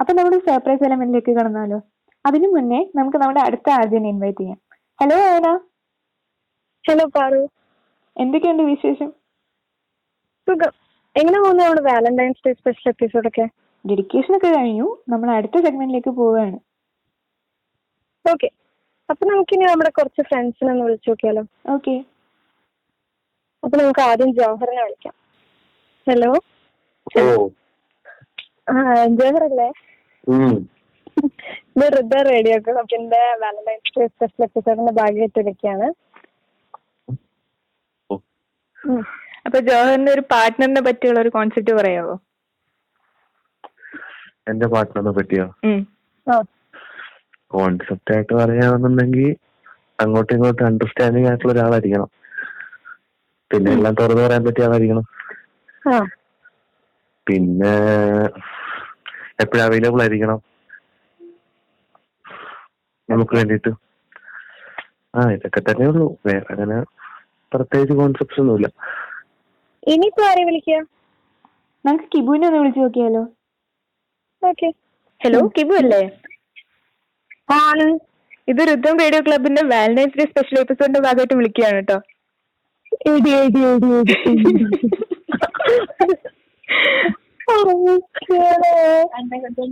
അപ്പൊ നമ്മൾ സർപ്രൈസ് എലമെന്റിലേക്ക് കടന്നാലോ അതിനു മുന്നേ നമുക്ക് നമ്മുടെ അടുത്ത ആദ്യം ഇൻവൈറ്റ് ചെയ്യാം ഹലോ ആയന ഹലോ പാറു എന്തൊക്കെയുണ്ട് വിശേഷം സുഖം എങ്ങനെ പോകുന്നു നമ്മുടെ വാലന്റൈൻസ് ഡേ സ്പെഷ്യൽ എപ്പിസോഡൊക്കെ ഡെഡിക്കേഷൻ ഒക്കെ കഴിഞ്ഞു നമ്മൾ അടുത്ത സെഗ്മെന്റിലേക്ക് പോവുകയാണ് ഓക്കെ അപ്പൊ നമുക്കിനി നമ്മുടെ കുറച്ച് ഫ്രണ്ട്സിനെ ഒന്ന് വിളിച്ചു നോക്കിയാലോ ഓക്കെ അപ്പൊ നമുക്ക് ആദ്യം ജോഹറിനെ വിളിക്കാം ഹലോ ഓ ജോഹർ അല്ലേ ഉം. വെറുതെ റേഡിയോ ക്ലബിന്റെ വാലന്റൈൻസ് ഡേ സ്പെഷ്യൽ എപ്പിസോഡിന്റെ ഭാഗമായിട്ട് വിളിക്കുകയാണ് ഓ. ഉം. അപ്പൊ ജോഹറിന്റെ ഒരു പാർട്ട്ണറിനെ പറ്റിയുള്ള ഒരു കോൺസെപ്റ്റ് പറയാവോ എന്റെ പാർട്ട്ണറിനെ പറ്റിയോ ആ, കോൺസെപ്റ്റ് ആയിട്ട് പറയുകയാണെന്നുണ്ടെങ്കിൽ അങ്ങോട്ടും ഇങ്ങോട്ടും അണ്ടർസ്റ്റാൻഡിങ് ആയിട്ടുള്ള ഒരാളായിരിക്കണം പിന്നെ എല്ലാം തുറന്നു പറയാൻ പറ്റിയ ആളായിരിക്കണം ആ. പിന്നെ എപ്പോഴും അവൈലബിൾ ആയിരിക്കണം നമുക്ക് വേണ്ടിയിട്ട് ആ ഇതൊക്കെ തന്നെ ഉള്ളൂ വേറെ അങ്ങനെ പ്രത്യേകിച്ച് കോൺസെപ്റ്റ്സ് ഒന്നുമില്ല ഇനിയിപ്പോ ആരെ വിളിക്കുക നമുക്ക് കിബുവിനെ ഒന്ന് വിളിച്ചു നോക്കിയാലോ ഓക്കെ ഹലോ കിബു അല്ലേ ആണ് ഇത് ഋതം റേഡിയോ ക്ലബിന്റെ വാലന്റൈൻസ് ഡേ സ്പെഷ്യൽ എപ്പിസോഡിന്റെ ഭാഗമായിട്ട് വിളിക്കുകയാണ് കേട്ടോ എടി എടി എടി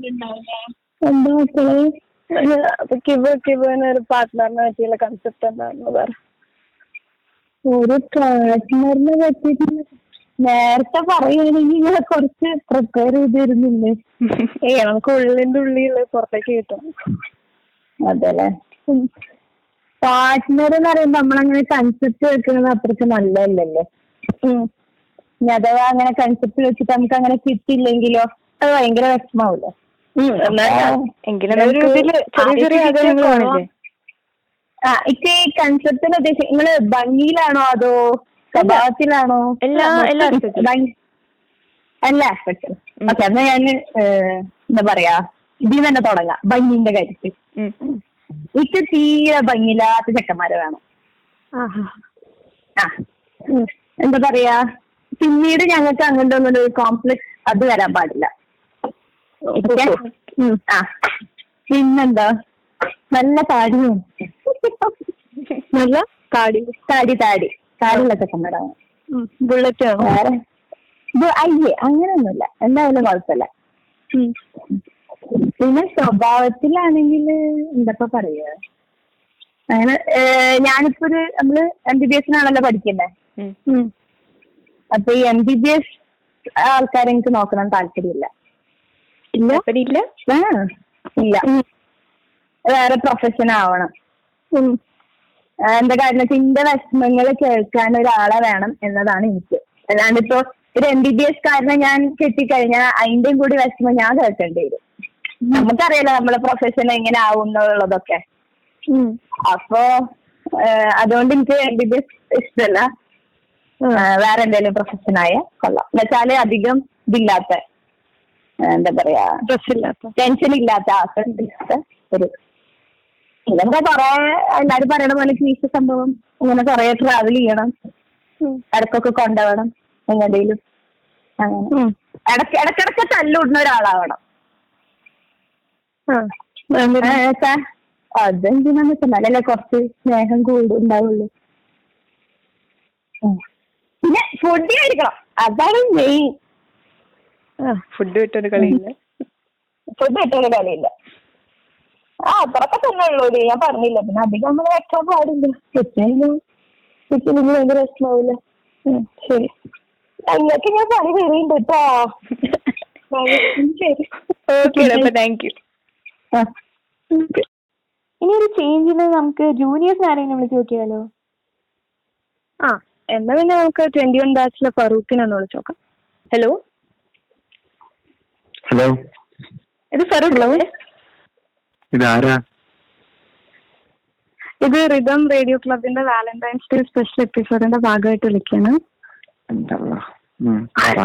കിബ് കിബ് എന്നൊരു പാർട്ട്ണറിനെ പറ്റിയുള്ള കൺസെപ്റ്റ് എന്താണെന്ന് പറ ഒരു പാർട്ട്ണറിനെ പറ്റിയിട്ട് നേരത്തെ പറയുകയാണെങ്കിൽ ഞാൻ കുറച്ച് പ്രിപ്പയർ ചെയ്തിരുന്നില്ലേ ഏ നമുക്ക് ഉള്ളിന്റെ ഉള്ളിൽ പുറത്തേക്ക് കിട്ടും അതെല്ലേ പാർട്ട്ണർ എന്ന് പറയുമ്പോ നമ്മളങ്ങനെ കൺസെപ്റ്റ് വെക്കുന്നത് അത്രയ്ക്ക് നല്ലതല്ലല്ലോ ഇനി അഥവാ അങ്ങനെ കൺസെപ്റ്റ് വെച്ചിട്ട് നമുക്ക് അങ്ങനെ കിട്ടിയില്ലെങ്കിലോ അത് ഭയങ്കര വിഷമാവൂലേ എങ്കിലും നമുക്ക് ഒരു ഇതില് ചെറിയ ചെറിയ ആദ്യത്തെ ആഗ്രഹങ്ങൾ കുറവാ. കാണില്ലേ? ആ ഇക്ക ഈ കൺസെപ്റ്റിന് ഉദ്ദേശിച്ച് നിങ്ങള് ഭംഗിയിലാണോ അതോ സ്വഭാവത്തിലാണോ എല്ലാ- എല്ലാ അർത്ഥത്തിലും. ഭംഗി- എല്ലാ ആസ്പെക്ടിലും ഓക്കെ എന്നാ ഞാന് ഏഹ്, എന്താ പറയാ ഇതിൽ തന്നെ തുടങ്ങാം ഭംഗിന്റെ കാര്യത്തിൽ ഉം. ഇക്ക് തീരെ ഭംഗിയില്ലാത്ത ചെക്കന്മാരെ വേണം ആ എന്താ പറയാ പിന്നീട് ഞങ്ങൾക്ക് അങ്ങോട്ടും ഇങ്ങോട്ടും ഒരു കോംപ്ലക്സ് അത് വരാൻ പാടില്ല Okay? ഉം, ആ പിന്നെന്താ നല്ല താടിയും നല്ല താടി താടി താടി താടിയുള്ള ചെക്കന്മാരാണ് ബുള്ളറ്റ് വേറെ ബു- അയ്യേ അങ്ങനെയൊന്നുമില്ല എന്തായാലും കുഴപ്പമില്ല പിന്നെ സ്വഭാവത്തിലാണെങ്കിൽ എന്തപ്പോ പറയുക അങ്ങനെ ഏഹ്, ഞാനിപ്പോ ഒരു നമ്മള് എം ബി ബി എസിനാണല്ലോ പഠിക്കണ്ടേ ഉം. അപ്പൊ ഈ എം ബി ബി എസ് ആൾക്കാരെ എനിക്ക് നോക്കണം താല്പര്യമില്ല ഇല്ല താല്പര്യമില്ല? ആ, ഇല്ല വേറെ പ്രൊഫഷൻ ആവണം ആ, എന്താ കാരണം വെച്ചാ എന്റെ വിഷമങ്ങൾ കേൾക്കാൻ ഒരാളെ വേണം എന്നതാണ് എനിക്ക് അല്ലാണ്ട് ഇപ്പൊ ഒരു എം ബി ബി എസ് കാരണം ഞാൻ കെട്ടിക്കഴിഞ്ഞാൽ അതിന്റെയും കൂടി വിഷമം ഞാൻ കേൾക്കേണ്ടി വരും നമുക്കറിയാലോ നമ്മളെ പ്രൊഫഷൻ എങ്ങനെ ആവും എന്നുള്ളതൊക്കെ അപ്പോ ആ, അതുകൊണ്ട് എനിക്ക് എം ബി ബി എസ് ഇഷ്ടമല്ല ആ, വേറെ എന്തെങ്കിലും പ്രൊഫഷൻ ആയ കൊള്ളാം എന്നുവെച്ചാല് അധികം ഇതില്ലാത്ത ആ, എന്താ പറയാ ടെൻഷൻ ഇല്ലാത്ത ആസക്തി ഇല്ലാത്ത ഒരു ഇതൊക്കെ കൊറേ എല്ലാരും പറയണ പോലെ ഫീസ് സംഭവം ഇങ്ങനെ കൊറേ ട്രാവൽ ചെയ്യണം ഇടക്കൊക്കെ കൊണ്ടുപോകണം എങ്ങനെയും അങ്ങനെ ഇടക്ക് ഇടക്കിടക്ക് തല്ലുവിടുന്ന ഒരാളാവണം ആ, ച്ചാ, അതെന്തിനാന്ന് വെച്ചാൽ നല്ല കുറച്ച് സ്നേഹം കൂടുണ്ടാവുള്ളൂ ഉം. പിന്നെ ഫുഡി ആയിരിക്കണം അതാണ് മെയിൻ ഫുഡ് വിട്ടൊരു കളിയില്ല ഫുഡ് കിട്ടിയൊരു കളിയില്ല ആ അത്രയൊക്കെ തന്നെ ഉള്ളൂ ഇത്. ഞാൻ പറഞ്ഞില്ല പിന്നെ അധികം നമ്മൾ വെക്കാൻ പാടില്ല വെച്ചാലും വെച്ചില്ലെങ്കിൽ ഭയങ്കര വിഷമാവില്ല ഉം, ശരി അതിനൊക്കെ ഞാൻ പണി വരുന്നുണ്ട് കേട്ടോ ശരി ഓക്കെ അപ്പൊ താങ്ക് യു ആ. ഇനി ഒരു ചേഞ്ചിന് നമുക്ക് ജൂനിയേഴ്സിനെ ആരെങ്കിലും വിളിച്ചു നോക്കിയാലോ ആ എന്നാ പിന്നെ നമുക്ക് ട്വന്റി വൺ ബാച്ചിലെ ഫറൂഖിനെ ഒന്ന് വിളിച്ചു നോക്കാം ഹലോ ഹലോ ഇത് ഫറുണ്ടോ ഇതാരാ ഇത് റിതം റേഡിയോ ക്ലബിന്റെ വാലന്റൈൻസ് ഡേ സ്പെഷ്യൽ എപ്പിസോഡിന്റെ ഭാഗമായിട്ട് വിളിക്കാണ് എന്താ ഉം, പറ.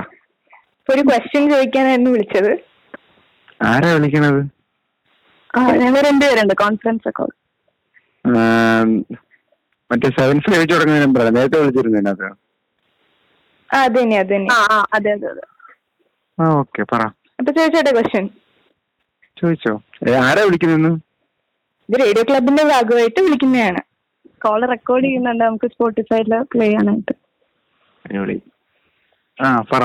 ഒരു ക്വസ്റ്റ്യൻ ചോദിക്കാനായിരുന്നു വിളിച്ചത് ആരാ വിളിക്കണത് ഞങ്ങൾ രണ്ടുപേരുണ്ട് കോൺഫറൻസ് ഒക്കെ ആം, മറ്റേ സെവൻസ് കഴിച്ചു തുടങ്ങുന്ന നമ്പറാണ് നേരത്തെ വിളിച്ചിരുന്നു അതിനകത്ത് ആ അത് തന്നെ അത് തന്നെ ആ ആ അതെ അതെ അതെ ആ ഓക്കെ പറ അപ്പൊ ചോദിച്ചോട്ടെ ക്വസ്റ്റ്യൻ ചോദിച്ചോ ഏ, ആരാ വിളിക്കുന്നതെന്ന് ഇത് റേഡിയോ ക്ലബിന്റെ ഭാഗമായിട്ട് വിളിക്കുന്നതാണ് കോൾ റെക്കോർഡ് ചെയ്യുന്നുണ്ട് നമുക്ക് സ്പോട്ടിഫൈയിൽ പ്ലേ ചെയ്യാനായിട്ട് അടിപൊളി ആ പറ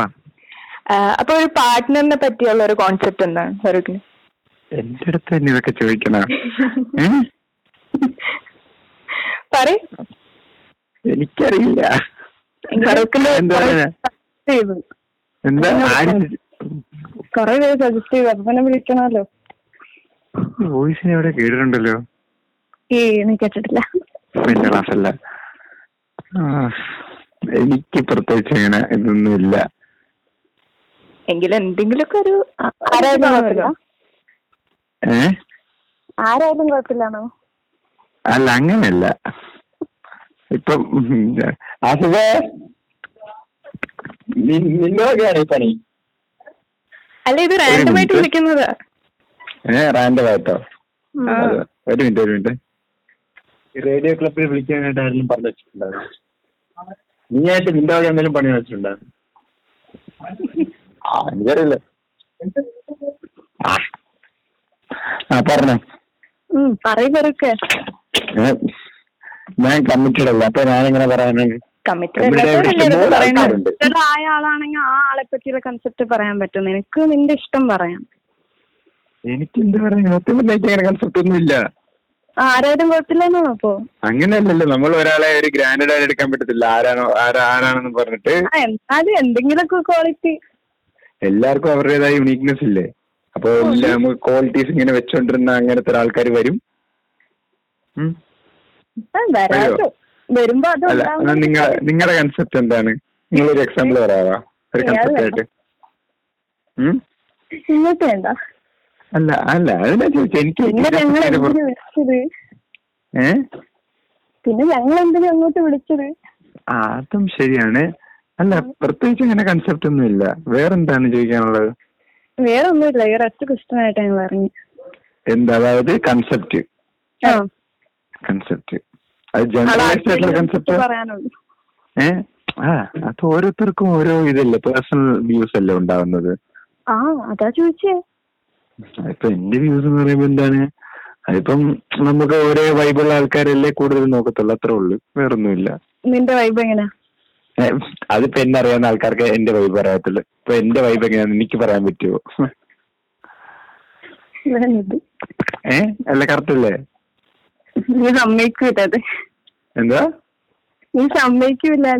ആ, അപ്പൊ ഒരു പാർട്ട്ണറിനെ പറ്റിയുള്ള ഒരു കോൺസെപ്റ്റ് എന്താണ് ഫറൂഖിന് എന്റെ അടുത്ത് തന്നെ ഇതൊക്കെ ചോദിക്കണ പറയ് എനിക്കറിയില്ല ഫറൂഖിന് എന്താ പറയാ? ചെയ്തു എന്താ ആരും കൊറേ പേര് സജസ്റ്റ് ചെയ്തു അപ്പൊ പിന്നെ വിളിക്കണമല്ലോ വോയിസിനെ എവിടെ കേട്ടിട്ടുണ്ടല്ലോ ഈ നീ കേട്ടിട്ടില്ല എന്റെ ക്ലാസ്സല്ല എനിക്ക് പ്രത്യേകിച്ച് അങ്ങനെ ഇതൊന്നുമില്ല എങ്കിലും എന്തെങ്കിലുമൊക്കെ ഒരു ആരായാലും കുഴപ്പമില്ല ഏ ആരായാലും കുഴപ്പമില്ലാണോ അല്ല അങ്ങനെയല്ല ഇപ്പം ആസിഫേ നിന്നോടെയാണ് ഈ പണി അല്ല ഇത് റാൻഡം ആയിട്ട് minute. വിളിക്കുന്നതാ ഏ റാൻഡം ആയിട്ടോ അതെ. ഒരു മിനിറ്റ് ഒരു മിനിറ്റ് റേഡിയോ ക്ലബിൽ വിളിക്കാനായിട്ട് ആരെങ്കിലും പറഞ്ഞു വെച്ചിട്ടുണ്ടായിരുന്നു നീയായിട്ട് നിന്റെ വഴി എന്തെങ്കിലും പണി വെച്ചിട്ടുണ്ടായിരുന്നു ആ, എനിക്കറിയില്ല ആ. ആ പറഞ്ഞോ പറയ പെറുക്ക് ഏ, ഞാൻ കമ്മിറ്റഡ് അല്ല അപ്പൊ ഞാനിങ്ങനെ പറയാനാണ് കമ്മിറ്റഡ് ഇവിടെ ഇവിടെ അല്ലാത്തവരല്ലേ ഇഷ്ടംപോലെ പറയുന്നത് ആൾക്കാരുണ്ട് ആയ ആളാണെങ്കിൽ ആ ആളെ പറ്റിയുള്ള കൺസെപ്റ്റ് പറയാൻ പറ്റും നിനക്ക് നിന്റെ ഇഷ്ടം പറയാം എനിക്ക് എന്താ പറയാ സത്യം പറഞ്ഞാ എനിക്ക് അങ്ങനെ കൺസെപ്റ്റ് ഒന്നും ഇല്ല ആരായാലും കുഴപ്പമില്ലാന്നോ അപ്പോ അങ്ങനെയല്ലല്ലോ നമ്മൾ ഒരാളെ ഒരു ഗ്രാൻഡഡ് ആയിട്ട് എടുക്കാൻ പറ്റത്തില്ല ആരാണോ ആരാ ആരാണെന്ന് പറഞ്ഞിട്ട് ആ എന്നാലും എന്തെങ്കിലുമൊക്കെ ക്വാളിറ്റി എല്ലാവർക്കും അവരുടേതായ യുണീക്നെസ് ഇല്ലേ അപ്പൊ എല്ലാ നമുക്ക് ക്വാളിറ്റീസ് ഇങ്ങനെ വെച്ചോണ്ടിരുന്ന അങ്ങനത്തെ ആൾക്കാർ വരും ഉം. വരാട്ടോ അയ്യോ. വരുമ്പോ അത് അല്ല ഉണ്ടാവും. നിങ്ങൾ നിങ്ങളുടെ കൺസെപ്റ്റ് എന്താണ് നിങ്ങളൊരു എക്സാമ്പിൾ പറയാവാ ഏ, ഒരു അത് കൺസെപ്റ്റ് ആയിട്ട് ഉം? നിങ്ങൾക്ക് വേണ്ട അല്ല അല്ല അതിനാ ചോദിച്ചത് എനിക്ക് പിന്നെ ഇതിനെ ഞങ്ങൾ കുറിച്ച് അതിനെ എന്തിനു കുറിച്ച് വിളിച്ചത് ഏ പിന്നെ ഞങ്ങൾ എന്തിനു അങ്ങോട്ട് വിളിച്ചത് ആ അതും ശരിയാണ് അല്ല പ്രത്യേകിച്ച് അങ്ങനെ കൺസെപ്റ്റ് ഒന്നും ഇല്ല വേറെന്താണ് ചോദിക്കാനുള്ളത് വേറെ ഒന്നുമില്ല ഈ ഒരൊറ്റ ക്വസ്റ്റൻ ആയിട്ട് ഞങ്ങൾ ഇറങ്ങി എന്താ അതായത് കൺസെപ്റ്റ് ആ. കൺസെപ്റ്റ് അത് ജനറലൈസ്ഡ് ആയിട്ടുള്ള കൺസെപ്റ്റ് പറയാനുള്ളൂ ഏ ആ അത് ഓരോരുത്തർക്കും ഓരോ ഇതല്ലേ പേഴ്സണൽ വ്യൂസ് അല്ലേ ഉണ്ടാവുന്നത് ആ അതാ ചോദിച്ചേ ഇപ്പൊ എന്റെ വ്യൂസ് എന്ന് പറയുമ്പോ എന്താണ് അതിപ്പം നമുക്ക് ഒരേ വൈബുള്ള ആൾക്കാരല്ലേ കൂടുതൽ നോക്കത്തുള്ളൂ അത്രേ ഉള്ളൂ വേറൊന്നുമില്ല നിന്റെ വൈബ് എങ്ങനെയാ ഏ, അതിപ്പോ എന്നെ അറിയാവുന്ന ആൾക്കാർക്ക് എന്റെ വൈബ് അറിയത്തുള്ളൂ ഇപ്പൊ എന്റെ വൈബ് എങ്ങനെയാന്ന് എനിക്ക് പറയാൻ പറ്റുമോ ഇവനെന്ത്? ഏ അല്ല കറക്റ്റ് അല്ലേ നീ സമ്മതിക്കൂലത് എന്താ നീ സമ്മതിക്കൂലേ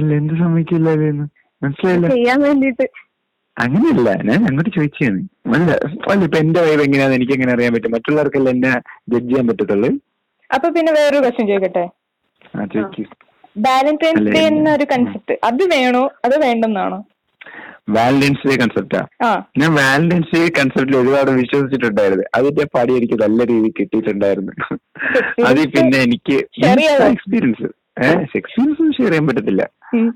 അല്ല എന്ത് സമ്മതിക്കില്ലായിരുന്നു മനസ്സിലായില്ല ചെയ്യാൻ വേണ്ടിട്ട് അങ്ങനെയല്ല ഞാൻ അങ്ങോട്ട് ചോദിച്ചാണ് അല്ല അല്ല ഇപ്പൊ എന്റെ വൈബ് എങ്ങനെയാന്ന് എനിക്ക് എങ്ങനെ അറിയാൻ പറ്റും മറ്റുള്ളവർക്കല്ല എന്നെ ജഡ്ജ് ചെയ്യാൻ പറ്റത്തുള്ളൂ അപ്പൊ പിന്നെ വേറൊരു ക്വസ്റ്റ്യൻ ചോദിക്കട്ടെ ആ ചോദിക്കും വാലന്റൈൻസ് അല്ലേ? ഡേ എന്നൊരു കൺസെപ്റ്റ് അത് വേണോ അത് വേണ്ടെന്നാണോ വാലന്റൈൻസ് ഡേ കൺസെപ്റ്റാ ആ ഞാൻ വാലന്റൈൻസ് ഡേ കൺസെപ്റ്റിൽ ഒരുപാട് വിശ്വസിച്ചിട്ടുണ്ടായിരുന്നു അതിന്റെ പടി എനിക്ക് നല്ല രീതിയിൽ കിട്ടിയിട്ടുണ്ടായിരുന്നു അതിൽ പിന്നെ എനിക്ക് Share ചെയ്യാലോ? എക്സ്പീരിയൻസ് ഏഹ് എക്സ്പീരിയൻസ് ഷെയർ ചെയ്യാൻ പറ്റത്തില്ല ഉം.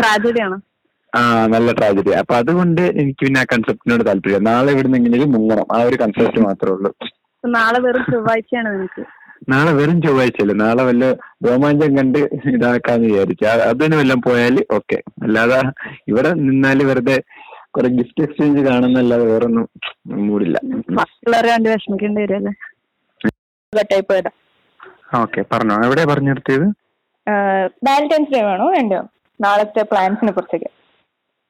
ട്രാജഡിയാണോ ആ നല്ല ട്രാജഡി അപ്പൊ അതുകൊണ്ട് എനിക്ക് പിന്നെ ആ കൺസെപ്റ്റിനോട് താല്പര്യം നാളെ ഇവിടുന്ന് എങ്ങനെയും മുങ്ങണം ആ ഒരു കൺസെപ്റ്റ് മാത്രമേ ഉള്ളൂ അപ്പൊ നാളെ വെറും ചൊവ്വാഴ്ചയാണ് നിനക്ക് നാളെ വെറും ചൊവ്വാഴ്ചയല്ലേ നാളെ വല്ല രോമാഞ്ചം കണ്ട് ഇതാക്കാന്ന് വിചാരിച്ചു അ- അതിന് വല്ലതും പോയാല് ഓക്കെ അല്ലാതെ ഇവിടെ നിന്നാല് വെറുതെ കുറെ ഗിഫ്റ്റ് എക്സ്ചേഞ്ച് കാണുന്നല്ലാതെ വേറൊന്നും മൂടില്ല ബാക്കിയുള്ളവരെ കണ്ട് വിഷമിക്കേണ്ടി വരും അല്ലേ കട്ടായി പോയതാ ഓക്കെ പറഞ്ഞോ എവിടെ പറഞ്ഞു നിർത്തിയത് വാലന്റൈൻസ് ഡേ വേണോ വേണ്ടോ നാളത്തെ പ്ലാൻസിനെ കുറിച്ചൊക്കെ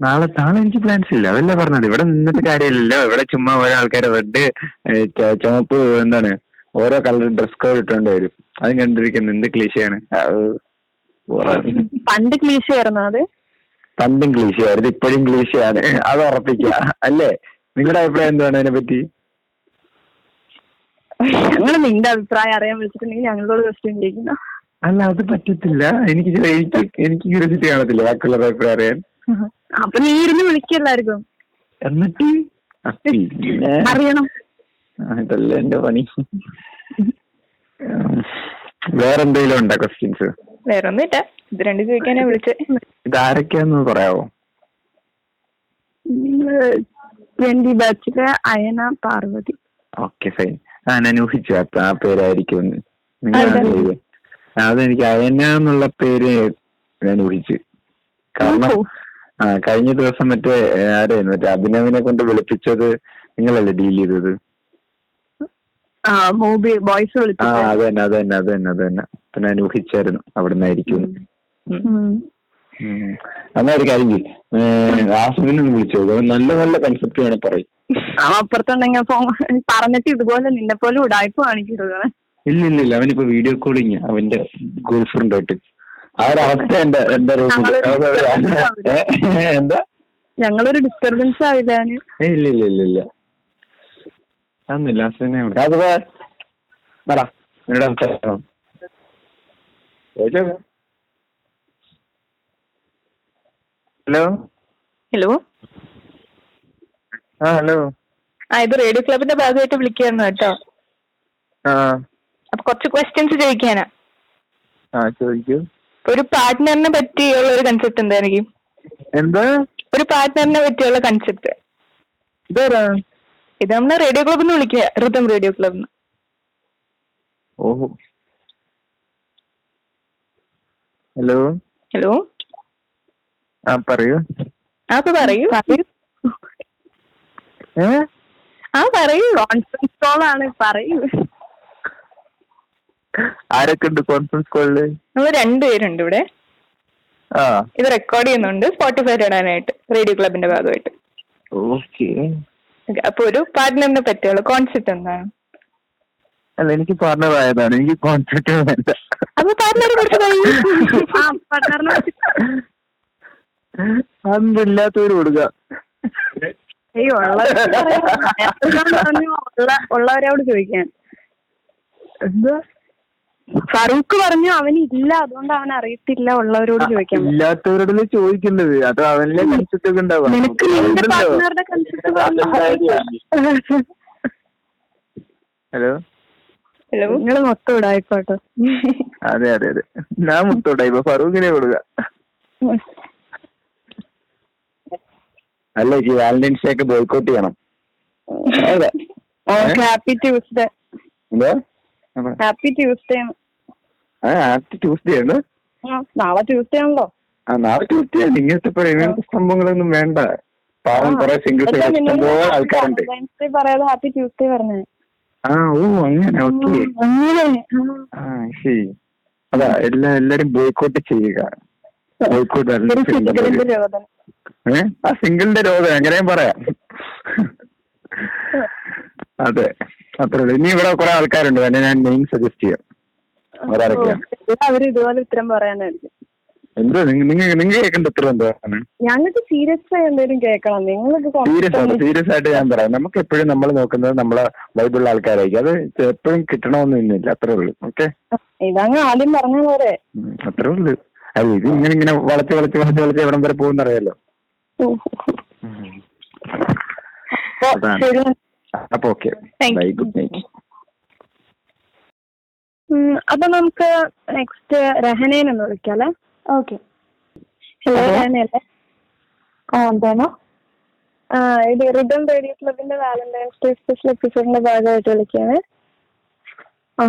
നാളെ നാളെ എനിക്ക് പ്ലാൻസ് ഇല്ല അതല്ല പറഞ്ഞത് ഇവിടെ നിന്നിട്ട് കാര്യമില്ലല്ലോ ഇവിടെ ചുമ്മാ ഓരോ ആൾക്കാർ റെഡ് ചുമപ്പ് എന്താണ് ഓരോ കളർ ഡ്രസ് കോഡ് ഇട്ടുകൊണ്ട് വരും അത് കണ്ടിരിക്കുന്നത് എന്ത് ക്ലീശയാണ് പണ്ട് ക്ലീശ ആയിരുന്നു അത് പണ്ടും ക്ലീശയായിരുന്നു ഇപ്പോഴും ക്ലീശയാണ് അത് ഉറപ്പിക്കുക അല്ലേ നിങ്ങളുടെ അഭിപ്രായം എന്താണ് അതിനെ പറ്റി ഞങ്ങൾ നിന്റെ അഭിപ്രായം അറിയാൻ വിളിച്ചിട്ടുണ്ടെങ്കിൽ ഞങ്ങളോട് ക്വസ്റ്റ്യൻ ചോദിക്കുന്ന അല്ല അത് പറ്റത്തില്ല എനിക്ക് ചില- എനിക്ക് എനിക്ക് ക്യൂരിയോസിറ്റി കാണത്തില്ല ബാക്കിയുള്ളവരുടെ അഭിപ്രായം അറിയാൻ അപ്പൊ നീ ഇരുന്ന് വിളിക്കല്ലായിരിക്കും എന്നിട്ട് അപ്പി, പിന്നെ അറിയണം ആ, ഇതല്ലേ എന്റെ പണി ഉം. വേറെന്തേലും ഉണ്ടോ ക്വസ്റ്റ്യൻസ് വേറൊന്നുമില്ല ഇത് രണ്ട് ചോദിക്കാനാ വിളിച്ചേ ഇതാരൊക്കെയാന്ന് പറയാവോ ട്വന്റി ബാച്ചിലെ അയന പാർവതി ഓക്കെ ഫൈൻ ആ ഞാൻ ഊഹിച്ചു അപ്പൊ ആ പേരായിരിക്കും അതെ. നിങ്ങൾ അതെനിക്ക് അയന എന്നുള്ള പേര് ഞാൻ ഊഹിച്ചു കാരണം ഓ. ആ കഴിഞ്ഞ ദിവസം മറ്റേ ഏ, ആരായിരുന്നു മറ്റേ അഭിനവിനെ കൊണ്ട് വിളിപ്പിച്ചത് നിങ്ങളല്ലേ ഡീൽ ചെയ്തത് ആ മൂവി ബോയ്സ് ആ വിളിച്ചു അത് തന്നെ അത് തന്നെ അത് തന്നെ അത് തന്നെ അപ്പൊ ഞാൻ ഊഹിച്ചായിരുന്നു അവിടെ നിന്നായിരിക്കും എന്നാ ഒരു കാര്യം ചെയ്യ്. ഏഹ്, ആസിഫിനെ ഒന്ന് വിളിച്ചു നോക്ക്. അവൻ നല്ല നല്ല കൺസെപ്റ്റ് വേണേ പറയും അവൻ അപ്പുറത്തുണ്ടെങ്കിൽ ഫോൺ പറഞ്ഞിട്ട് ഇതുപോലെ നിന്നെ പോലെ ഉടായ്പ കാണിക്കരുത് ഇല്ല ഇല്ല ഇല്ല അവനിപ്പോ വീഡിയോ കോളിങ് അവന്റെ ഗേൾ ഫ്രണ്ടായിട്ട് ആ ഒരു അവസ്ഥ എന്റെ എന്റെ റൂമിൽ ഞങ്ങളൊരു എന്താ ഞങ്ങളൊരു ഡിസ്റ്റർബൻസ് ആവില്ലാന് ഏയ്, ഇല്ല ഇല്ല ഇല്ല ഇല്ല അതൊന്നുമില്ല ആസിഫിനെ വിളി. ആസിഫേ, പറ എന്നോട് സംസാരിക്കണം ഹലോ ഹലോ ആ ഹലോ ആ ഇത് റേഡിയോ ക്ലബിന്റെ ഭാഗമായിട്ട് വിളിക്കുകയായിരുന്നു കേട്ടോ ആ അപ്പൊ കുറച്ച് ക്വസ്റ്റ്യൻസ് ചോദിക്കാനാ ആ ചോദിക്കൂ ഒരു പാർട്ട്ണറിനെ പറ്റിയുള്ള ഒരു കൺസെപ്റ്റ് എന്തായിരിക്കും എന്താ ഒരു പാർട്ട്ണറിനെ പറ്റിയുള്ള കൺസെപ്റ്റ് ഇതാരാ ഇത് നമ്മളെ റേഡിയോ ക്ലബിൽ നിന്ന് വിളിക്കുക റിതം റേഡിയോ ക്ലബിൽ നിന്ന് ഓഹോ ഹലോ ഹലോ ആ പറയൂ ആ അപ്പൊ പറയൂ ഏ ആ പറയൂ കോൺഫറൻസ് കോൾ ആണ് പറയൂ ആരൊക്കെ ഉണ്ട് കോൺഫറൻസ് കോളില് നമ്മൾ രണ്ടുപേരുണ്ട് ഇവിടെ ആ ഇത് റെക്കോർഡ് ചെയ്യുന്നുണ്ട് സ്പോട്ടിഫൈ ഇടാനായിട്ട് റേഡിയോ ക്ലബിന്റെ ഭാഗമായിട്ട് ഓക്കെ Okay, അപ്പൊ ഒരു പാർട്ട്ണറിനെ പറ്റിയുള്ള കോൺസെപ്റ്റ് എന്താണ് അല്ല എനിക്ക് പറഞ്ഞതായതാണ് എനിക്ക് കോൺസെപ്റ്റ് വേണ്ട അപ്പൊ പാർട്ട്ണറെ കുറിച്ച് പറയൂ ആ partner-നെ പറ്റി- അന്നില്ലാത്തവര് കൊടുക്ക ഈ ഉള്ളത് പറഞ്ഞു ഉള്ള ഉള്ളവരോട് ചോദിക്കാൻ എന്താ ഫറൂഖ് പറഞ്ഞു അവൻ ഇല്ല അതുകൊണ്ട് അവൻ അറിയത്തില്ല ഉള്ളവരോട് ചോദിക്കാൻ ഇല്ലാത്തവരോടല്ലേ ചോദിക്കുന്നത് അത് അവനിലെ കൺസെപ്റ്റ് ഒക്കെ ഉണ്ടാവാം നിനക്ക് നിന്റെ പാർട്ട്ണറുടെ കൺസെപ്റ്റ് ഹലോ ഹലോ നിങ്ങൾ മൊത്തം ഇടായിക്കോട്ടെ അതെ അതെ അതെ ഞാൻ മുത്തോട്ടെ ഇപ്പൊ ഫറൂഖിനെ കൊടുക്ക അല്ല ഈ വാലന്റൈൻസ് ഡേ ഒക്കെ ബോയ്ക്കോട്ട് ചെയ്യണം ഓക്കെ ഹാപ്പി ട്യൂസ്ഡേ എന്താ ഹാപ്പി ട്യൂസ്ഡേ ആണ് ആ ആദ്യ ട്യൂസ്ഡേ ആണ് ആ, നാളെ ട്യൂസ്ഡേ ആണല്ലോ ആ നാളെ ട്യൂസ്ഡേ ആണ് ഇങ്ങനത്തെ പറയാം ഇങ്ങനത്തെ സംഭവങ്ങളൊന്നും വേണ്ട പാവം കുറെ സിംഗിൾസ് എന്നിട്ട് നിന്നോട് ഇഷ്ടംപോലെ ഞാൻ ആൾക്കാരുണ്ട് Valentine's Day പറയാതെ ഹാപ്പി ട്യൂസ്ഡേ പറഞ്ഞേ ആ ഓ അങ്ങനെ ഓക്കെ ആ ശരി അതാ എല്ലാ എല്ലാരും ബോയ്ക്കോട്ട് ചെയ്യുക ബോയ്ക്കോട്ട് ഫിസിക്കലിന്റെ രോഗം ഏ? ആ സിംഗിളിന്റെ രോഗം എങ്ങനെയും പറയാം അതെ അത്രേ ഉള്ളൂ ഇനി ഇവിടെ കുറെ ആൾക്കാരുണ്ട് വേണേ ഞാൻ നെയിം സജസ്റ്റ് ചെയ്യാം ഒരാളൊക്കെയാണ് അവര് ഇതുപോലെ ഉത്തരം പറയാനായിരിക്കും എന്തോ നിങ്ങൾ നിങ്ങൾ കേൾക്കേണ്ട ഉത്തരം എന്താണ് ഞങ്ങൾക്ക് സീരിയസ് ആയി എന്തെങ്കിലും കേൾക്കണം നിങ്ങൾക്ക് സീരിയസ് ആണ് സീരിയസ് ആയിട്ട് ഞാൻ പറയാം നമുക്ക് എപ്പോഴും നമ്മൾ നോക്കുന്നത് നമ്മളെ വൈബിളുള്ള ആൾക്കാരായിരിക്കും അത് എപ്പോഴും കിട്ടണമെന്നൊന്നുമില്ല അത്രേ ഉള്ളൂ ഓക്കെ ഇതങ്ങ് ആദ്യം പറഞ്ഞ പോലെ അത്രേ ഉള്ളൂ അത് ഇത് ഇങ്ങനെ ഇങ്ങനെ വളച്ച് വളച്ച് വളച്ച് വളച്ച് എവിടം വരെ പോകുന്ന അറിയാലോ അതാണ് ശരി അപ്പൊ ഓക്കെ ബൈ ഗുഡ് നൈറ്റ് ഉം, അപ്പൊ നമുക്ക് നെക്സ്റ്റ് രഹനേനൊന്ന് വിളിക്കാം അല്ലെ ഓക്കെ ഹലോ രഹനയല്ലേ ആ എന്താണോ ആ ഇത് റിതം റേഡിയോ ക്ലബിന്റെ വാലന്റൈൻസ് ഡേ സ്പെഷ്യൽ എപ്പിസോഡിന്റെ ഭാഗമായിട്ട് വിളിക്കാണ് ആ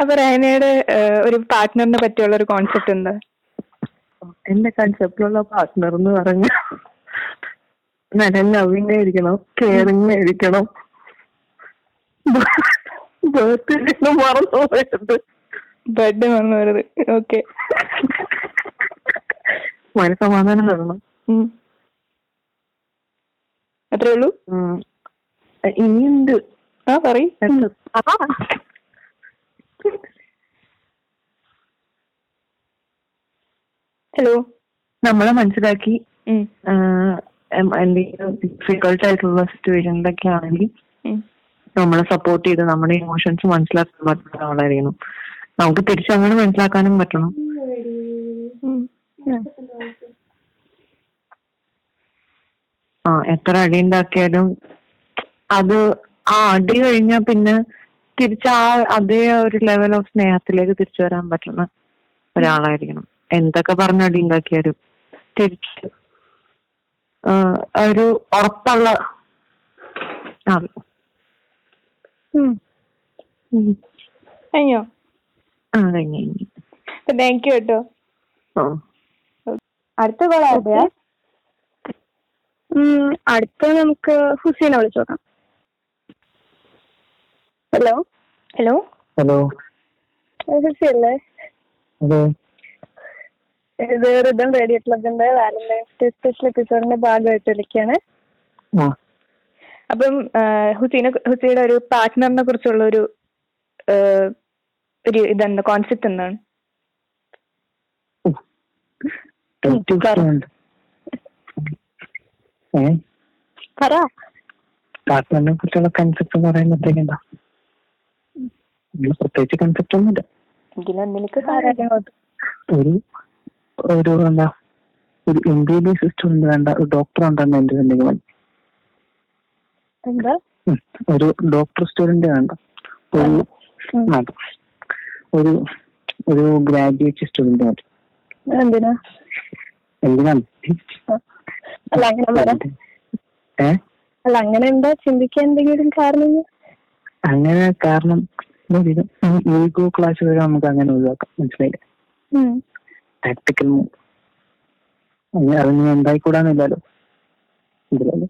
അപ്പൊ റഹനയുടെ ഏഹ്, ഒരു പാർട്ട്ണറിനെ പറ്റിയുള്ള ഒരു കോൺസെപ്റ്റ് എന്താ എന്റെ കൺസെപ്റ്റിലുള്ള പാർട്ട്ണർ എന്ന് പറഞ്ഞ നല്ല ലവിങ് ആയിരിക്കണം കെയറിങ് ആയിരിക്കണം ബർത്ത്ഡേ മറന്നു പോയത് ബെഡ് വന്നു വരുന്നത് ഓക്കെ മനസമാധാനം തരണം അത്രേ ഉള്ളൂ ഉം. ഇനിയുണ്ട് ആ പറയൂ ഹലോ നമ്മളെ മനസ്സിലാക്കി ഉം. ആഹ്, എം- എന്തെങ്കിലും ഡിഫിക്കൾട്ട് ആയിട്ടുള്ള സിറ്റുവേഷനിലൊക്കെ ആണെങ്കിൽ ഉം. നമ്മളെ സപ്പോർട്ട് ചെയ്ത് നമ്മുടെ ഇമോഷൻസ് മനസ്സിലാക്കാൻ പറ്റുന്ന ആളായിരിക്കണം നമുക്ക് തിരിച്ചങ്ങനെ മനസ്സിലാക്കാനും പറ്റണം ആ എത്ര അടി ഉണ്ടാക്കിയാലും അത് ആ അടി കഴിഞ്ഞാൽ പിന്നെ തിരിച്ച് ആ അതേ ഒരു ലെവൽ ഓഫ് സ്നേഹത്തിലേക്ക് തിരിച്ചു വരാൻ പറ്റുന്ന ഒരാളായിരിക്കണം എന്തൊക്കെ പറഞ്ഞ അടി ഉണ്ടാക്കിയാലും തിരിച്ച് ആ, ഒരു ഉറപ്പുള്ള ആള്. ഉം. അയ്യോ ആ കഴിഞ്ഞു കഴിഞ്ഞു താങ്ക് യു കേട്ടോ ആ അടുത്ത കോൾ ആരുടെയാ ആ ഉം, അടുത്ത നമുക്ക് ഹുസൈനെ വിളിച്ചു നോക്കാം ഹലോ ഹലോ ഹലോ ഹുസൈനല്ലേ ഹലോ ഇത് റിതം റേഡിയോ ക്ലബിന്റെ വാലന്റൈൻസ് ഡേ സ്പെഷ്യൽ എപ്പിസോഡിന്റെ ഭാഗമായിട്ട് വിളിക്കുകയാണ് ആ അപ്പം ആ, ഹുസൈനെ ഹുസൈയുടെ ഒരു പാർട്ട്ണറിനെ കുറിച്ചുള്ള ഒരു ആ, ഒരു ഇതെന്താ കോൺസെപ്റ്റ് എന്താണ് പറ പാർട്ട്ണറിനെ കുറിച്ചുള്ള കൺസെപ്റ്റ് പറയുമ്പോഴത്തേക്കെന്താ പ്രത്യേകിച്ച് കൺസെപ്റ്റ് ഒന്നുമില്ല എങ്കിലും ഒന്നിലേക്ക് ഒരു ഒരു എന്താ ഒരു എം ബി ബി സിസ്റ്റർ ഉണ്ട് വേണ്ട ഒരു ഡോക്ടർ ഉണ്ടെന്ന് എന്റെ നിഗമനം എന്താ ഉം. ഒരു ഡോക്ടർ സ്റ്റുഡന്റ് വേണ്ട ഒരു അതെ. ഒരു ഒരു ഗ്രാജുവേറ്റ് സ്റ്റുഡന്റ് മതി എന്തിനാ എന്തിനാണ് അല്ല അങ്ങനെ പറ ഏ അല്ല അങ്ങനെ എന്താ ചിന്തിക്കാൻ എന്തെങ്കിലും കാരണം അങ്ങനെ കാരണം ഈഗോ ക്ലാസ് വരെ നമുക്ക് അങ്ങനെ ഒഴിവാക്കാം മനസ്സിലായില്ലേ ഉം. ടാക്ടിക്കൽ മൂവ് അങ്ങനെ അതിന് ഉണ്ടായിക്കൂടാന്നില്ലല്ലോ ഇതിലല്ലോ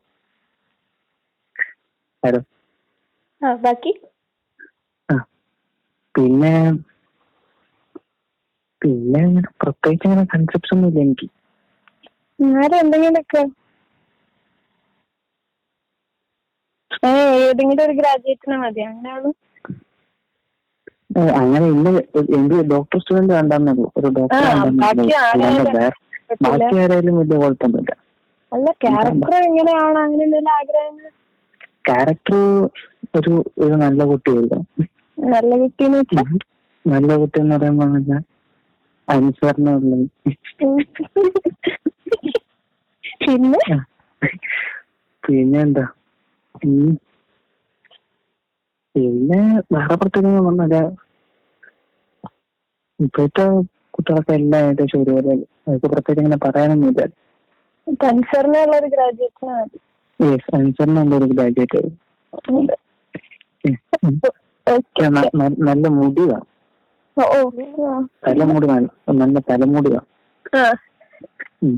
ഹലോ ആ ബാക്കി പിന്നെ പിന്നെ അങ്ങനെ പ്രത്യേകിച്ച് അങ്ങനെ കൺസെപ്റ്റ്സ് ഒന്നും ഇല്ല എനിക്ക് ആരും എന്തെങ്കിലുമൊക്കെ ഏ ഏതെങ്കിലും ഒരു ഗ്രാജുവേറ്റിനെ മതി അങ്ങനെയാണ് ഏ, അങ്ങനെ ഇല്ല എന്ത് ഡോക്ടർ സ്റ്റുഡന്റ് വേണ്ടെന്നുള്ളൂ ഒരു ഡോക്ടർ ആ, ബാക്കി ആരെയും ബാക്കി ആരായാലും വലിയ കുഴപ്പമൊന്നുമില്ല അല്ല ക്യാരക്ടർ എങ്ങനെയാണ് അങ്ങനെ എന്തെങ്കിലും ആഗ്രഹങ്ങൾ ക്യാരക്ടർ ഒരു ഒരു നല്ല കുട്ടി എഴുതണം നല്ല കുട്ടീന്ന് വെച്ചാൽ നല്ല കുട്ടി എന്ന് പറയുമ്പോൾ നല്ല അനുസരണമുള്ളത് പിന്നെ പിന്നെ എന്താ ഉം. പിന്നെ വേറെ പ്രത്യേകത പറഞ്ഞാല് ഇപ്പോഴത്തെ കുട്ടികളൊക്കെ എല്ലാം ഏകദേശം ഒരുപോലെ അവർക്ക് പ്രത്യേകിച്ച് അങ്ങനെ പറയാനൊന്നുമില്ല കൺസേർണുള്ള ഒരു ഗ്രാജുവേറ്റിനെ മതി യെസ് അനുസരണം ഒരു ഗ്രാജുവേറ്റ് Okay. നല്ല മുടി വേണം ഓ ഓ ആ. തലമുടി വേണം നല്ല തലമുടി വേണം ആ ഉം.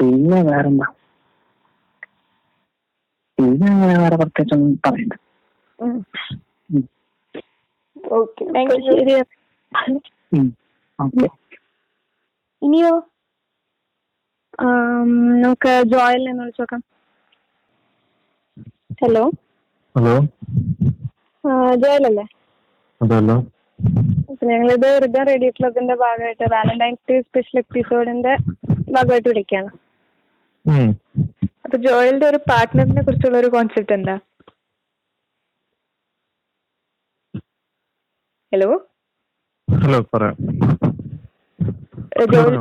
പിന്നെ വേറെന്താ പിന്നെ അങ്ങനെ വേറെ പ്രത്യേകിച്ചൊന്നും പറയണ്ട ഓക്കെ താങ്ക് യു ശരി ഉം. ഓക്കെ ഇനിയോ ആം, നമുക്ക് ജോയൽ എന്ന് വിളിച്ചു നോക്കാം ഹലോ ഹലോ ജോയൽ അല്ലേ അതല്ലോ അപ്പൊ ഞങ്ങളിത് ഹൃദയ റേഡിയോ ക്ലബിന്റെ ഭാഗമായിട്ട് വാലന്റൈൻസ് ഡേ സ്പെഷ്യൽ എപ്പിസോഡിന്റെ ഭാഗമായിട്ട് വിളിക്കുകയാണ് അപ്പൊ ജോയലിന്റെ ഒരു പാർട്ട്ണറിനെ കുറിച്ചുള്ള ഒരു കോൺസെപ്റ്റ് എന്താ ഹലോ ഹലോ പറയാം ജോയൽ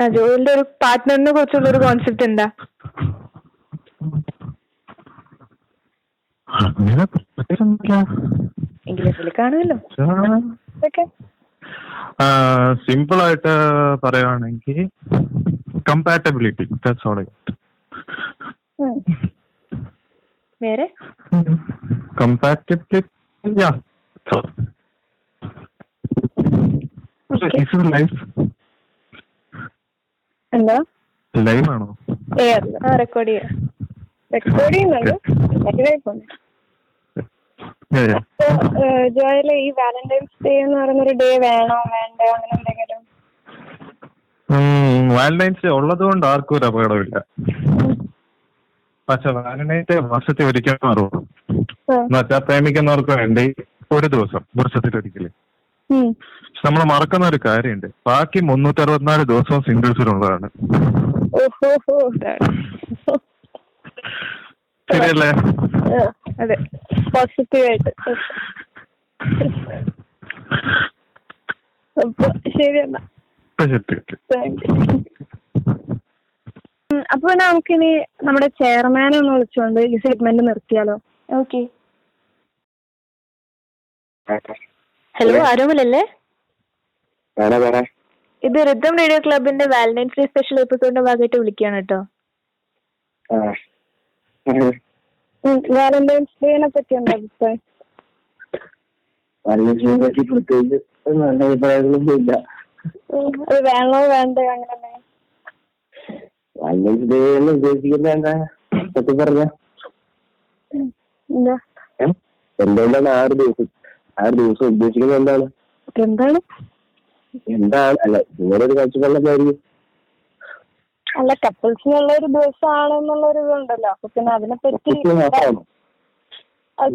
ആ, ജോയലിന്റെ ഒരു പാർട്ട്ണറിനെ കുറിച്ചുള്ള ഒരു കോൺസെപ്റ്റ് എന്താ അങ്ങനെ പ്രത്യേകിച്ചൊന്നുമില്ല എങ്കിലും ഇതിൽ കാണുമല്ലോ ഓക്കെ സിമ്പിൾ ആയിട്ട് പറയുവാണെങ്കിൽ കമ്പാറ്റബിലിറ്റി ദാറ്റ്സ് ഓൾ വേറെ കമ്പാറ്റബിലിറ്റി യാ ലൈഫ് എന്താ ലൈവ് ആണോ എയർ ആ റെക്കോർഡ് ചെയ്യാം റെക്കോർഡ് ചെയ്യുന്നുണ്ട് ലൈവായി പോകുന്നു Yeah, yeah. അപ്പൊ ജോയൽ ഈ വാലന്റൈൻസ് ഡേ എന്ന് പറയുന്ന ഒരു ഡേ വേണോ വേണ്ടോ അങ്ങനെ എന്തെങ്കിലും ഉം, വാലന്റൈൻസ് ഡേ ഉള്ളത് കൊണ്ട് ആർക്കും ഒരു അപകടമില്ല പക്ഷെ വാലന്റൈൻസ് ഡേ വർഷത്തിൽ ഒരിക്കൽ മാറുള്ളൂ ആ. എന്ന് വെച്ചാൽ പ്രേമിക്കുന്നവർക്ക് വേണ്ടി ഒരു ദിവസം വർഷത്തിൽ ഒരിക്കൽ ഉം. നമ്മൾ മറക്കുന്ന ഒരു കാര്യമുണ്ട് ബാക്കി മുന്നൂറ്റി അറുപത്തിനാല് ദിവസവും സിംഗിൾസിലുള്ളതാണ് ഓഹോ ഹോ ശരിയല്ലേ അതെ പോസിറ്റീവ് ആയിട്ട് അപ്പൊ ശരി എന്നാ ഇപ്പൊ ശരി ഓക്കെ താങ്ക് യു അപ്പൊ പിന്നെ നമുക്കിനി നമ്മുടെ ചെയർമാനെ ഒന്ന് വിളിച്ചുകൊണ്ട് ഈ സെഗ്മെന്റ് നിർത്തിയാലോ ഓക്കെ ഹലോ ആരോമലല്ലേ വേണേ വേണേ ഇത് റിതം റേഡിയോ ക്ലബിന്റെ വാലന്റൈൻസ് ഡേ സ്പെഷ്യൽ എപ്പിസോഡിന്റെ ഭാഗമായിട്ട് വിളിക്കുകയാണ് കേട്ടോ വാലന്റൈൻസ് ഡേനെ പറ്റി എന്താ അഭിപ്രായം വാലന്റൈൻസിനെ പറ്റി പ്രത്യേകിച്ച് നല്ല അഭിപ്രായങ്ങളൊന്നും ഇല്ല ഉം, അത് വേണോ വേണ്ടോ അങ്ങനെ എന്തെങ്കിലും? വാലന്റൈൻസ് ഡേ എന്ന് ഉദ്ദേശിക്കുന്നത് എന്താ സത്യം പറഞ്ഞ എന്താ എന്തുകൊണ്ടാണ് ആ ഒരു ദിവസം ആ ഒരു ദിവസം ഉദ്ദേശിക്കുന്നത് എന്താണ് എന്താണ് എന്താണ് അല്ല നിങ്ങളൊരു കാഴ്ചപ്പാടിലൊക്കെ അല്ല കപ്പിൾസിനുള്ള ഒരു ദിവസമാണ് എന്നുള്ള ഒരു ഇതുണ്ടല്ലോ അപ്പൊ പിന്നെ അതിനെ പറ്റി മാത്രമാണോ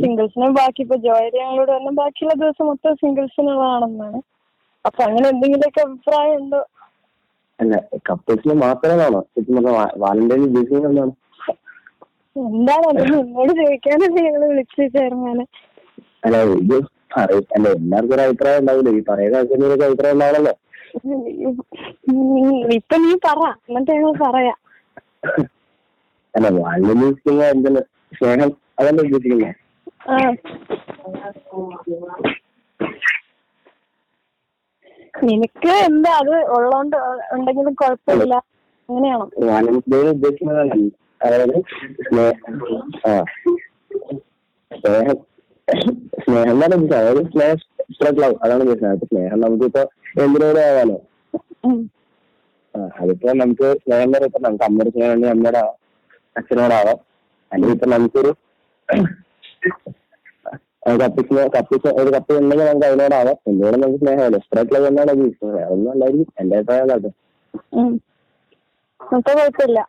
സിംഗിൾസിനും ബാക്കി ഇപ്പൊ ജോയരി ഞങ്ങളോട് തന്നെ ബാക്കിയുള്ള ദിവസം മൊത്തം സിംഗിൾസിനുള്ളതാണെന്നാണ് അപ്പൊ അങ്ങനെ എന്തെങ്കിലുമൊക്കെ അഭിപ്രായം ഉണ്ടോ അല്ല കപ്പിൾസിന് മാത്രമാണോ സത്യം പറഞ്ഞ വാലന്റൈൻ ഉദ്ദേശിക്കുന്നത് എന്താണ് എന്താണ് അത് നിന്നോട് ചോദിക്കാനല്ലേ ഞങ്ങള് വിളിച്ചു ചേർന്നാല് അല്ല ഇത് പറയും അല്ല എല്ലാവർക്കും ഒരു അഭിപ്രായം ഉണ്ടാവില്ല ഈ പറയുന്ന ആൾക്കാർക്ക് അഭിപ്രായം ഉണ്ടാവണല്ലോ ഇപ്പൊ നീ പറ എന്നിട്ട് ഞങ്ങൾ പറയാം അല്ല വാലന്റൈൻ ഉദ്ദേശിക്കുന്നത് എന്താണ് സ്നേഹം അതല്ല ഉദ്ദേശിക്കുന്നത് ആ. നിനക്ക് എന്താ അത് ഉള്ളോണ്ട് ഉണ്ടെങ്കിലും കുഴപ്പമില്ല അങ്ങനെയാണോ വാലന്റൈൻ ഡേ ഉദ്ദേശിക്കുന്നതാണ് അതായത് സ്നേ- ആ സ്നേഹം സ്നേഹം എന്നാണ് ഉദ്ദേശിച്ചത് അതായത് സ്നേഹം spread love അതാണ് ഉദ്ദേശിച്ചത് അത് സ്നേഹം നമുക്കിപ്പോ എന്തിനോട് ആവാലോ ഉം. ആ, അതിപ്പോ നമുക്ക് സ്നേഹം എന്ന് പറയുമ്പോ നമുക്ക് അമ്മയുടെ സ്നേഹം ഉണ്ടെങ്കിൽ അമ്മയോടാവാം അച്ഛനോടാവാം അല്ലെങ്കിൽ ഇപ്പൊ നമുക്കൊരു കപ്പിക്ക് കപ്പിക്ക് ഒരു കപ്പ് ഉണ്ടെങ്കിൽ നമുക്ക് അതിനോടാവാം എന്തുകൊണ്ട് നമുക്ക് സ്നേഹമല്ലോ സ്പ്രെഡ് ലവ് എന്നാണ് അത് ഉദ്ദേശിച്ചത് വേറെ ഒന്നും അല്ലായിരിക്കും എന്റെ അഭിപ്രായം അതാട്ടോ. ഉം. നമുക്ക് കുഴപ്പമില്ല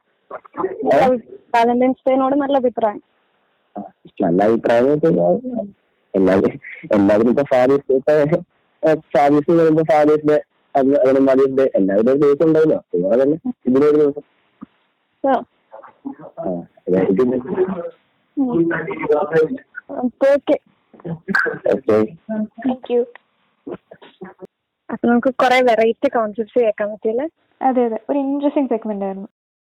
വാലന്റൈൻസ് ഡേനോട് നല്ല അഭിപ്രായം ആ, നല്ല അഭിപ്രായം എന്ന് വെച്ചാൽ എല്ലാവരും എല്ലാവരും ഇപ്പൊ ഫാദേഴ്സ് ഇപ്പൊ ഫാദേഴ്സ് പറയുമ്പോ ഫാദേഴ്സ് ഡേ അതുപോലെ മദേഴ്സ് ഡേ എല്ലാവരും ഒരു ദിവസം ഉണ്ടാവില്ല അതുപോലെ തന്നെ ഇതിനും ഒരു ദിവസം ആ. ആ, അതായിരിക്കും അപ്പൊ ഓക്കെ ഓക്കെ താങ്ക് യു അപ്പൊ നമുക്ക് കുറെ വെറൈറ്റി കോൺസെപ്റ്റ്സ് കേൾക്കാൻ പറ്റിയില്ലേ അതെ അതെ ഒരു ഇൻട്രസ്റ്റിംഗ് സെഗ്മെന്റ് ആയിരുന്നു